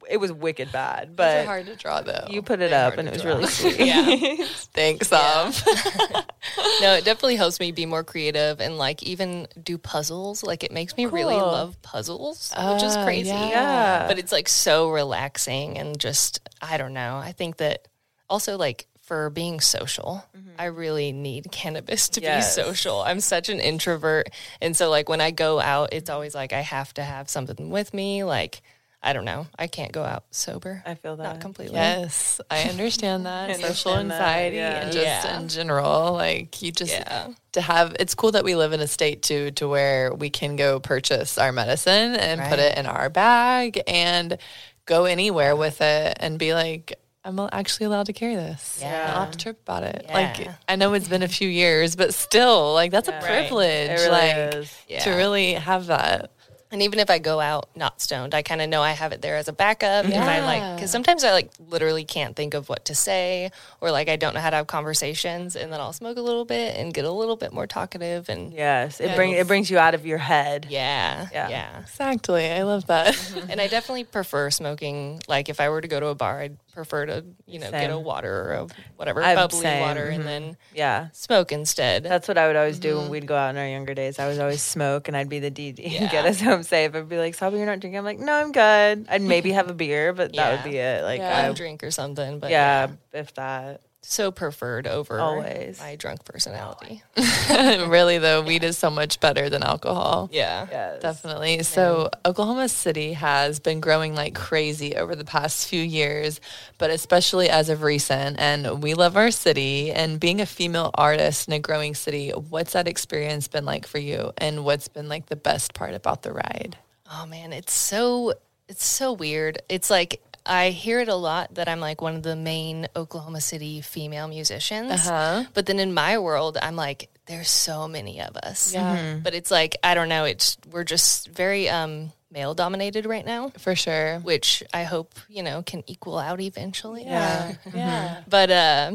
Speaker 2: it was wicked bad,
Speaker 4: They're
Speaker 2: but
Speaker 4: hard to draw though.
Speaker 2: you put it
Speaker 4: They're
Speaker 2: up
Speaker 4: hard
Speaker 2: and it
Speaker 4: to
Speaker 2: was
Speaker 4: draw.
Speaker 2: really sweet.
Speaker 4: <laughs> Thanks, um.
Speaker 3: <laughs> no, it definitely helps me be more creative and like even do puzzles. Like it makes me really
Speaker 2: Cool.
Speaker 3: love puzzles, which is
Speaker 4: Ah,
Speaker 3: crazy.
Speaker 2: yeah.
Speaker 3: But it's like so relaxing and just I don't know. I think that also like for being social, I really need cannabis to
Speaker 2: Mm-hmm. Yes.
Speaker 3: be social. I'm such an introvert. And so like when I go out, it's always like I have to have something with me. Like I don't know. I can't go out sober.
Speaker 2: I feel that.
Speaker 3: Not completely.
Speaker 4: Yes, I
Speaker 2: <laughs>
Speaker 4: understand that. Social
Speaker 2: understand that,
Speaker 4: anxiety
Speaker 2: yeah.
Speaker 4: and just
Speaker 3: Yeah.
Speaker 4: in general, like you just
Speaker 3: Yeah.
Speaker 4: to have. It's cool that we live in a state too, to where we can go purchase our medicine and put it in our bag and go anywhere with it and be like. I'm al- actually allowed to carry this. Yeah. I'll have to trip about it. Like,
Speaker 3: Yeah.
Speaker 4: I know it's been a few years, but still, like, that's a
Speaker 3: Right.
Speaker 4: privilege.
Speaker 2: It really
Speaker 4: like,
Speaker 2: is.
Speaker 4: to
Speaker 3: Yeah.
Speaker 4: really have that.
Speaker 3: And even if I go out not stoned, I kind of know I have it there as a backup. If I like, because sometimes I like literally can't think of what to say, or like I don't know how to have conversations, and then I'll smoke a little bit and get a little bit more talkative, and
Speaker 2: <laughs>
Speaker 3: yeah,
Speaker 2: Yes, it bring it brings you out of your head.
Speaker 3: yeah,
Speaker 2: Yeah. <laughs>
Speaker 4: Exactly. I love that.
Speaker 3: and I definitely prefer smoking. Like if I were to go to a bar, I'd prefer to you know get a
Speaker 2: Same.
Speaker 3: water or a whatever
Speaker 2: I'm
Speaker 3: bubbly
Speaker 2: same.
Speaker 3: water and then
Speaker 2: Yeah.
Speaker 3: smoke instead.
Speaker 2: That's what I would always do when we'd go out in our younger days. I was always smoke, and I'd be the DD and get us home safe. I'd be like, "Sabi, you're not drinking." I'm like, "No, I'm good." I'd maybe have a beer, but that would
Speaker 3: Yeah.
Speaker 2: be it. Like,
Speaker 3: one
Speaker 2: I,
Speaker 3: drink or something, but yeah,
Speaker 2: yeah, if that.
Speaker 3: so preferred over
Speaker 2: Always.
Speaker 3: my
Speaker 2: <laughs>
Speaker 3: drunk personality.
Speaker 4: <laughs> really, <laughs> though, weed is so much better than alcohol.
Speaker 3: Yeah,
Speaker 2: Yes.
Speaker 4: Definitely. So, Oklahoma City has been growing like crazy over the past few years, but especially as of recent. And we love our city. And being a female artist in a growing city, what's that experience been like for you? And what's been like the best part about the ride?
Speaker 3: Oh man, it's so it's so weird. It's like I hear it a lot that I'm like one of the main Oklahoma City female musicians.
Speaker 4: Uh-huh.
Speaker 3: But then in my world, I'm like there's so many of us. Yeah.
Speaker 4: Mm-hmm.
Speaker 3: But it's like I don't know, it's we're just very um male dominated right now,
Speaker 4: For sure.
Speaker 3: which I hope, you know, can equal out eventually.
Speaker 4: Yeah. Yeah.
Speaker 3: But uh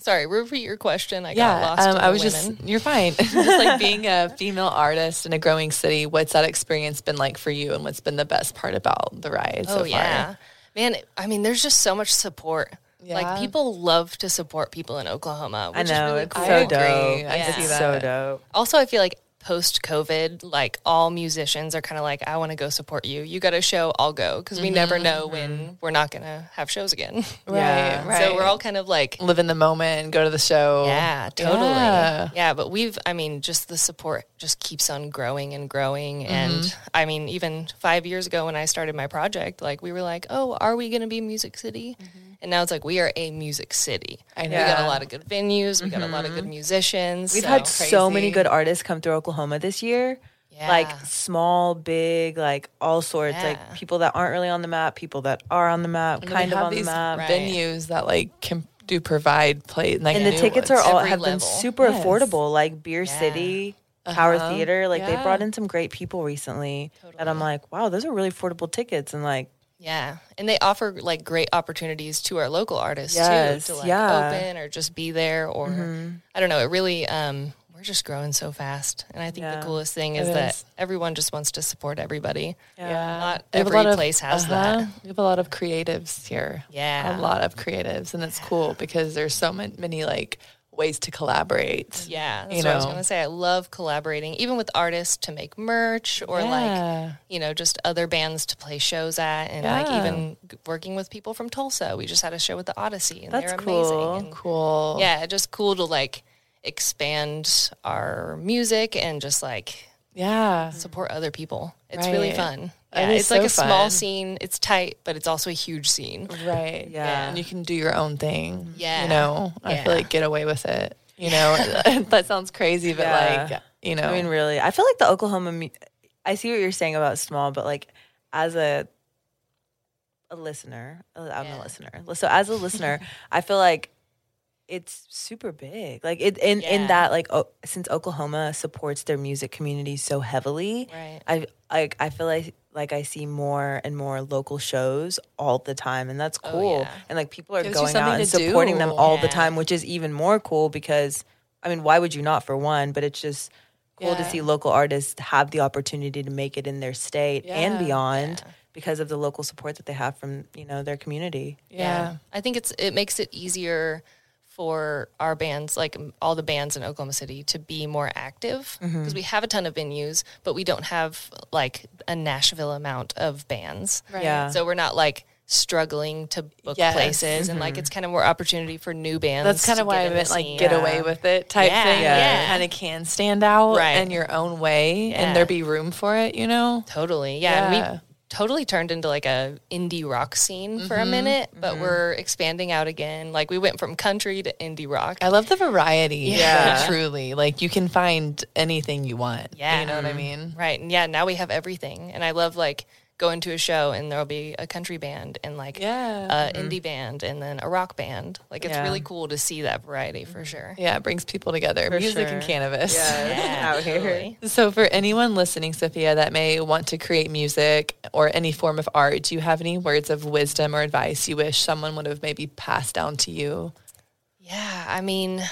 Speaker 3: Sorry, repeat your question. I got
Speaker 4: Yeah,
Speaker 3: lost.
Speaker 4: um,
Speaker 3: in
Speaker 4: I
Speaker 3: the
Speaker 4: was
Speaker 3: women.
Speaker 4: just, <laughs> you're fine. just like being a female artist in a growing city, what's that experience been like for you and what's been the best part about the ride so
Speaker 3: Oh
Speaker 4: far?
Speaker 3: yeah, man. I mean, there's just so much support. Like
Speaker 4: Yeah.
Speaker 3: people love to support people in Oklahoma.
Speaker 2: I
Speaker 3: Which
Speaker 2: know
Speaker 3: Is really
Speaker 2: it's
Speaker 3: cool.
Speaker 2: so
Speaker 4: I agree.
Speaker 2: dope.
Speaker 4: I
Speaker 3: Yeah.
Speaker 2: It's
Speaker 4: see
Speaker 2: so
Speaker 4: that.
Speaker 2: dope.
Speaker 3: Also, I feel like post COVID, like all musicians are kind of like, I want to go support you. You got a show, I'll go because we never know when we're not gonna have shows again.
Speaker 4: Right,
Speaker 2: Yeah.
Speaker 4: Mm-hmm. right.
Speaker 3: <laughs> So we're all kind of like,
Speaker 4: live in the moment and go to the show.
Speaker 3: yeah, totally.
Speaker 4: Yeah.
Speaker 3: Yeah. but we've, I mean, just the support just keeps on growing and growing. And I mean, even five years ago when I started my project, like we were like, oh, are we going to be Music City? And now it's like, we are a Music City.
Speaker 4: I
Speaker 3: We got
Speaker 4: know.
Speaker 3: a lot of good venues. We got a lot of good musicians.
Speaker 2: We've
Speaker 3: so-
Speaker 2: had so many
Speaker 4: crazy.
Speaker 2: good artists come through Oklahoma this year.
Speaker 3: Yeah.
Speaker 2: Like small, big, like all sorts, like
Speaker 3: Yeah.
Speaker 2: people that aren't really on the map, people that are on the map,
Speaker 4: And
Speaker 2: kind
Speaker 4: we
Speaker 2: of
Speaker 4: have
Speaker 2: on the
Speaker 4: these
Speaker 2: map.
Speaker 3: Right.
Speaker 4: venues that like can do provide play like
Speaker 2: And the
Speaker 4: new
Speaker 2: tickets are
Speaker 4: ones.
Speaker 2: all
Speaker 3: Every
Speaker 2: have been
Speaker 3: level.
Speaker 2: super
Speaker 4: Yes.
Speaker 2: affordable, like Beer City, Tower
Speaker 4: Uh-huh.
Speaker 2: Theater. Like they
Speaker 4: Yeah.
Speaker 2: brought in some great people recently that I'm like, wow, those are really affordable tickets. And like,
Speaker 3: Yeah, and they offer like great opportunities to our local artists
Speaker 2: Yes,
Speaker 3: too to like
Speaker 2: yeah.
Speaker 3: open or just be there or
Speaker 4: Mm-hmm.
Speaker 3: I don't know. It really um, we're just growing so fast, and I think
Speaker 2: Yeah.
Speaker 3: the coolest thing is
Speaker 4: It
Speaker 3: that
Speaker 4: is.
Speaker 3: everyone just wants to support everybody.
Speaker 2: Yeah.
Speaker 3: Not
Speaker 4: We have a
Speaker 3: every
Speaker 4: lot of-
Speaker 3: place has
Speaker 4: uh-huh.
Speaker 3: that.
Speaker 4: We have a lot of creatives here.
Speaker 3: Yeah.
Speaker 4: A lot of creatives. And it's cool because there's so many, many like ways to collaborate.
Speaker 3: Yeah, that's
Speaker 4: You
Speaker 3: what I was
Speaker 4: know.
Speaker 3: gonna say. I love collaborating, even with artists to make merch or
Speaker 4: Yeah.
Speaker 3: like you know just other bands to play shows at, and
Speaker 4: Yeah.
Speaker 3: like even g- working with people from Tulsa. We just had a show with the Odyssey, and
Speaker 2: That's
Speaker 3: they're
Speaker 2: cool.
Speaker 3: amazing. and-
Speaker 4: Cool.
Speaker 3: yeah, just cool to like expand our music and just like
Speaker 4: Yeah.
Speaker 3: support other people. It's really
Speaker 4: Right.
Speaker 3: fun.
Speaker 4: That
Speaker 3: Yeah,
Speaker 4: is
Speaker 3: it's like
Speaker 4: so
Speaker 3: a small
Speaker 4: fun.
Speaker 3: scene. It's tight, but it's also a huge scene.
Speaker 4: Right.
Speaker 2: Yeah.
Speaker 4: And you can do your own thing.
Speaker 3: Yeah.
Speaker 4: You know, I feel
Speaker 3: Yeah.
Speaker 4: like get away with it.
Speaker 3: <laughs>
Speaker 4: You know, <laughs> that sounds crazy, but
Speaker 2: Yeah.
Speaker 4: like, you know,
Speaker 2: I mean, really, I feel like the Oklahoma. mu- I see what you're saying about small, but like as a a listener, uh, I'm a
Speaker 3: Yeah.
Speaker 2: listener. So as a
Speaker 3: <laughs>
Speaker 2: listener, I feel like it's super big. Like it in in
Speaker 3: Yeah.
Speaker 2: that like o since Oklahoma supports their music community so heavily,
Speaker 3: Right.
Speaker 2: I like I feel like like I see more and more local shows all the time, and that's cool.
Speaker 3: yeah.
Speaker 2: And like people are
Speaker 4: Oh, Gives you
Speaker 2: going out
Speaker 4: something
Speaker 2: and
Speaker 4: to
Speaker 2: supporting them
Speaker 4: do.
Speaker 2: all the
Speaker 3: Yeah.
Speaker 2: time, which is even more cool because I mean, why would you not for one? But it's just cool to
Speaker 4: Yeah.
Speaker 2: see local artists have the opportunity to make it in their state and
Speaker 4: Yeah.
Speaker 2: beyond because of the local support that they have from you know their community.
Speaker 4: yeah.
Speaker 3: I think it's it makes it easier for our bands, like m- all the bands in Oklahoma City, to be more active because
Speaker 4: Mm-hmm.
Speaker 3: we have a ton of venues, but we don't have like a Nashville amount of bands.
Speaker 4: Right.
Speaker 2: Yeah.
Speaker 3: So we're not like struggling to book
Speaker 4: Yes. Mm-hmm.
Speaker 3: places and like it's kind of more opportunity for new bands.
Speaker 4: That's kind
Speaker 3: to
Speaker 4: of why
Speaker 3: get
Speaker 4: I
Speaker 3: in the
Speaker 4: meant
Speaker 3: scene.
Speaker 4: like get away with it type
Speaker 3: Yeah,
Speaker 4: thing.
Speaker 3: yeah.
Speaker 4: Kind of can stand out
Speaker 3: Right.
Speaker 4: in your own way
Speaker 3: Yeah.
Speaker 4: and there be room for it, you know?
Speaker 3: Totally. Yeah. and
Speaker 4: Yeah.
Speaker 3: we totally turned into like a indie rock scene for a
Speaker 4: Mm-hmm.
Speaker 3: minute, but we're expanding out again. Like we went from country to indie rock.
Speaker 4: I love the variety.
Speaker 2: Yeah.
Speaker 4: Truly. Like you can find anything you want.
Speaker 3: Yeah.
Speaker 4: You know what I mean?
Speaker 3: Right. And yeah, now we have everything. And I love like going to a show and there'll be a country band and like
Speaker 4: Yeah.
Speaker 3: a
Speaker 2: Mm-hmm.
Speaker 3: indie band and then a rock band. Like it's
Speaker 2: Yeah.
Speaker 3: really cool to see that variety for sure.
Speaker 4: Yeah. It brings people together. Music
Speaker 2: sure.
Speaker 4: and cannabis.
Speaker 3: Yeah,
Speaker 2: out here.
Speaker 3: totally.
Speaker 4: <laughs> So, for anyone listening, Sophia, that may want to create music or any form of art, do you have any words of wisdom or advice you wish someone would have maybe passed down to you?
Speaker 3: Yeah, I mean,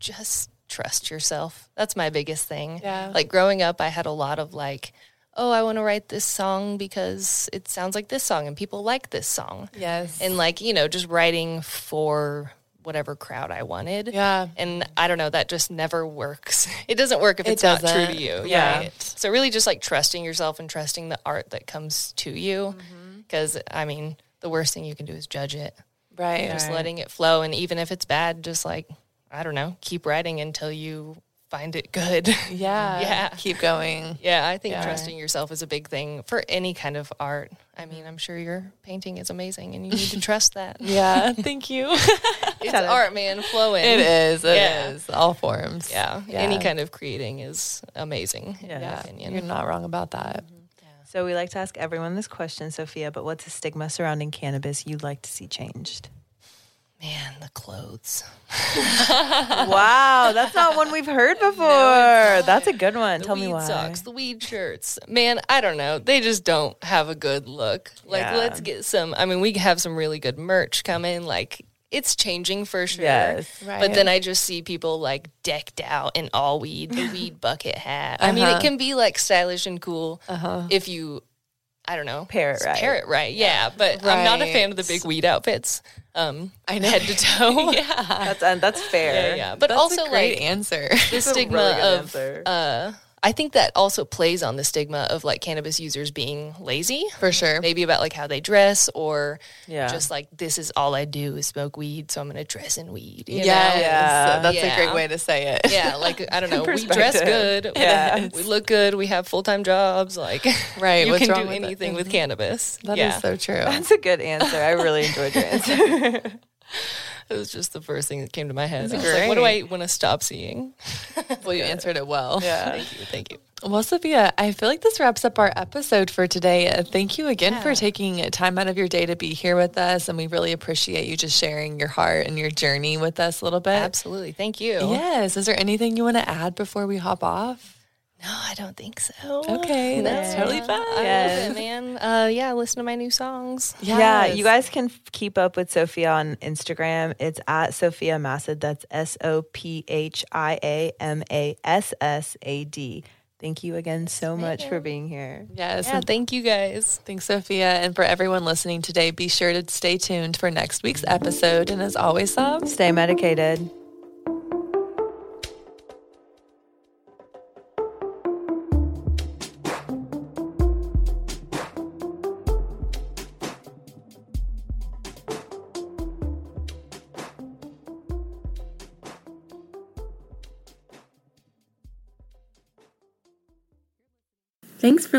Speaker 3: just trust yourself. That's my biggest thing.
Speaker 4: Yeah.
Speaker 3: Like growing up, I had a lot of like, oh, I want to write this song because it sounds like this song and people like this song.
Speaker 4: Yes.
Speaker 3: And like, you know, just writing for whatever crowd I wanted.
Speaker 4: Yeah.
Speaker 3: And I don't know, that just never works. <laughs> It doesn't work if
Speaker 4: It
Speaker 3: it's not true
Speaker 4: doesn't.
Speaker 3: to you.
Speaker 4: Yeah.
Speaker 3: right? So really just like trusting yourself and trusting the art that comes to you.
Speaker 4: Mm-hmm.
Speaker 3: Because I mean, the worst thing you can do is judge it
Speaker 4: Right.
Speaker 3: just letting it flow and even if it's bad just like i don't know keep writing until you find it good <laughs>
Speaker 4: Yeah.
Speaker 3: Yeah.
Speaker 4: Keep going.
Speaker 3: yeah i think
Speaker 4: Yeah.
Speaker 3: trusting yourself is a big thing for any kind of art i mean i'm sure your painting is amazing and you
Speaker 4: <laughs>
Speaker 3: need to trust that
Speaker 4: <laughs> Yeah. <laughs> Thank you.
Speaker 3: it's art man flow in <laughs>
Speaker 4: It is. It is
Speaker 3: Yeah.
Speaker 4: All forms.
Speaker 3: yeah. any kind of creating is amazing in my
Speaker 2: Yeah.
Speaker 3: opinion
Speaker 4: You're not wrong about that.
Speaker 3: Mm-hmm.
Speaker 2: So we like to ask everyone this question, Sophia. But what's a stigma surrounding cannabis you'd like to see changed?
Speaker 3: man the clothes
Speaker 2: wow, that's not one we've
Speaker 3: <laughs>
Speaker 2: heard before. that's a good one.
Speaker 3: the
Speaker 2: Tell
Speaker 3: weed
Speaker 2: me why.
Speaker 3: socks, the weed shirts. Man, I don't know. They just don't have a good look. Like,
Speaker 2: Yeah.
Speaker 3: let's get some. I mean, we have some really good merch coming. Like, it's changing for sure.
Speaker 2: Yes.
Speaker 3: But then I just see people like decked out in all weed,
Speaker 2: <laughs>
Speaker 3: the weed bucket hat. I
Speaker 2: Uh-huh.
Speaker 3: mean, it can be like stylish and cool if you, I don't know,
Speaker 2: Pair it
Speaker 3: s-
Speaker 2: right.
Speaker 3: Pair it right, yeah. But I'm not a fan of the big weed outfits. Um, I know. head to
Speaker 2: <laughs>
Speaker 3: toe. yeah,
Speaker 2: That's uh, that's fair.
Speaker 3: <laughs> yeah, yeah. But
Speaker 4: That's
Speaker 3: also
Speaker 4: a great
Speaker 3: like
Speaker 4: answer.
Speaker 3: the
Speaker 2: a
Speaker 3: stigma
Speaker 2: really good
Speaker 3: of
Speaker 2: answer.
Speaker 3: uh I think that also plays on the stigma of like cannabis users being lazy.
Speaker 4: For sure.
Speaker 3: Maybe about like how they dress or
Speaker 2: Yeah.
Speaker 3: just like this is all I do is smoke weed, so I'm gonna dress in weed. you know?
Speaker 4: Yes,
Speaker 2: Yeah.
Speaker 4: <laughs> That's a
Speaker 3: Yeah.
Speaker 4: great way to say it.
Speaker 3: Yeah, like
Speaker 4: <laughs>
Speaker 3: I don't know. We dress
Speaker 2: perspective.
Speaker 3: good.
Speaker 2: Yes.
Speaker 3: <laughs> We look good. We have full time jobs. Like
Speaker 4: <laughs> Right,
Speaker 3: you
Speaker 4: what's
Speaker 3: can
Speaker 4: wrong
Speaker 3: do
Speaker 4: with it?
Speaker 3: anything with cannabis.
Speaker 4: That is
Speaker 3: yeah, <laughs>
Speaker 4: so true.
Speaker 2: That's a good answer. I really enjoyed your answer.
Speaker 3: it was just the first thing that came to my head. I was like, what do I
Speaker 2: great.
Speaker 3: want to stop seeing?
Speaker 4: Well,
Speaker 3: <laughs>
Speaker 4: you answered it well.
Speaker 2: Yeah.
Speaker 3: Thank you, thank you.
Speaker 4: Well, Sophia, I feel like this wraps up our episode for today. Uh, Thank you again for taking time out of your day to be here with us. And we really appreciate you just sharing your heart and your journey with us a little bit.
Speaker 3: Absolutely, thank you.
Speaker 4: Yes. Is there anything you want to add before we hop off?
Speaker 3: No, I don't think so.
Speaker 4: Okay, that's totally fine.
Speaker 3: Oh, Yeah, man. Uh, yeah, listen to my new songs.
Speaker 2: Yeah,
Speaker 4: Yes.
Speaker 2: you guys can f- keep up with Sophia on Instagram. It's at Sophia Massad. That's S O P H I A M A S S A D. Thank you again so much for being here.
Speaker 4: Yes.
Speaker 3: Yeah,
Speaker 4: and
Speaker 3: thank you guys.
Speaker 4: Thanks, Sophia. And for everyone listening today, be sure to stay tuned for next week's episode. And as always, um, Sobs.
Speaker 2: Stay medicated.
Speaker 5: Thanks for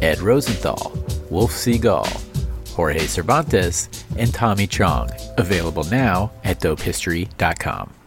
Speaker 6: Ed Rosenthal, Wolf Seagal, Jorge Cervantes, and Tommy Chong. Available now at dopehistory.com.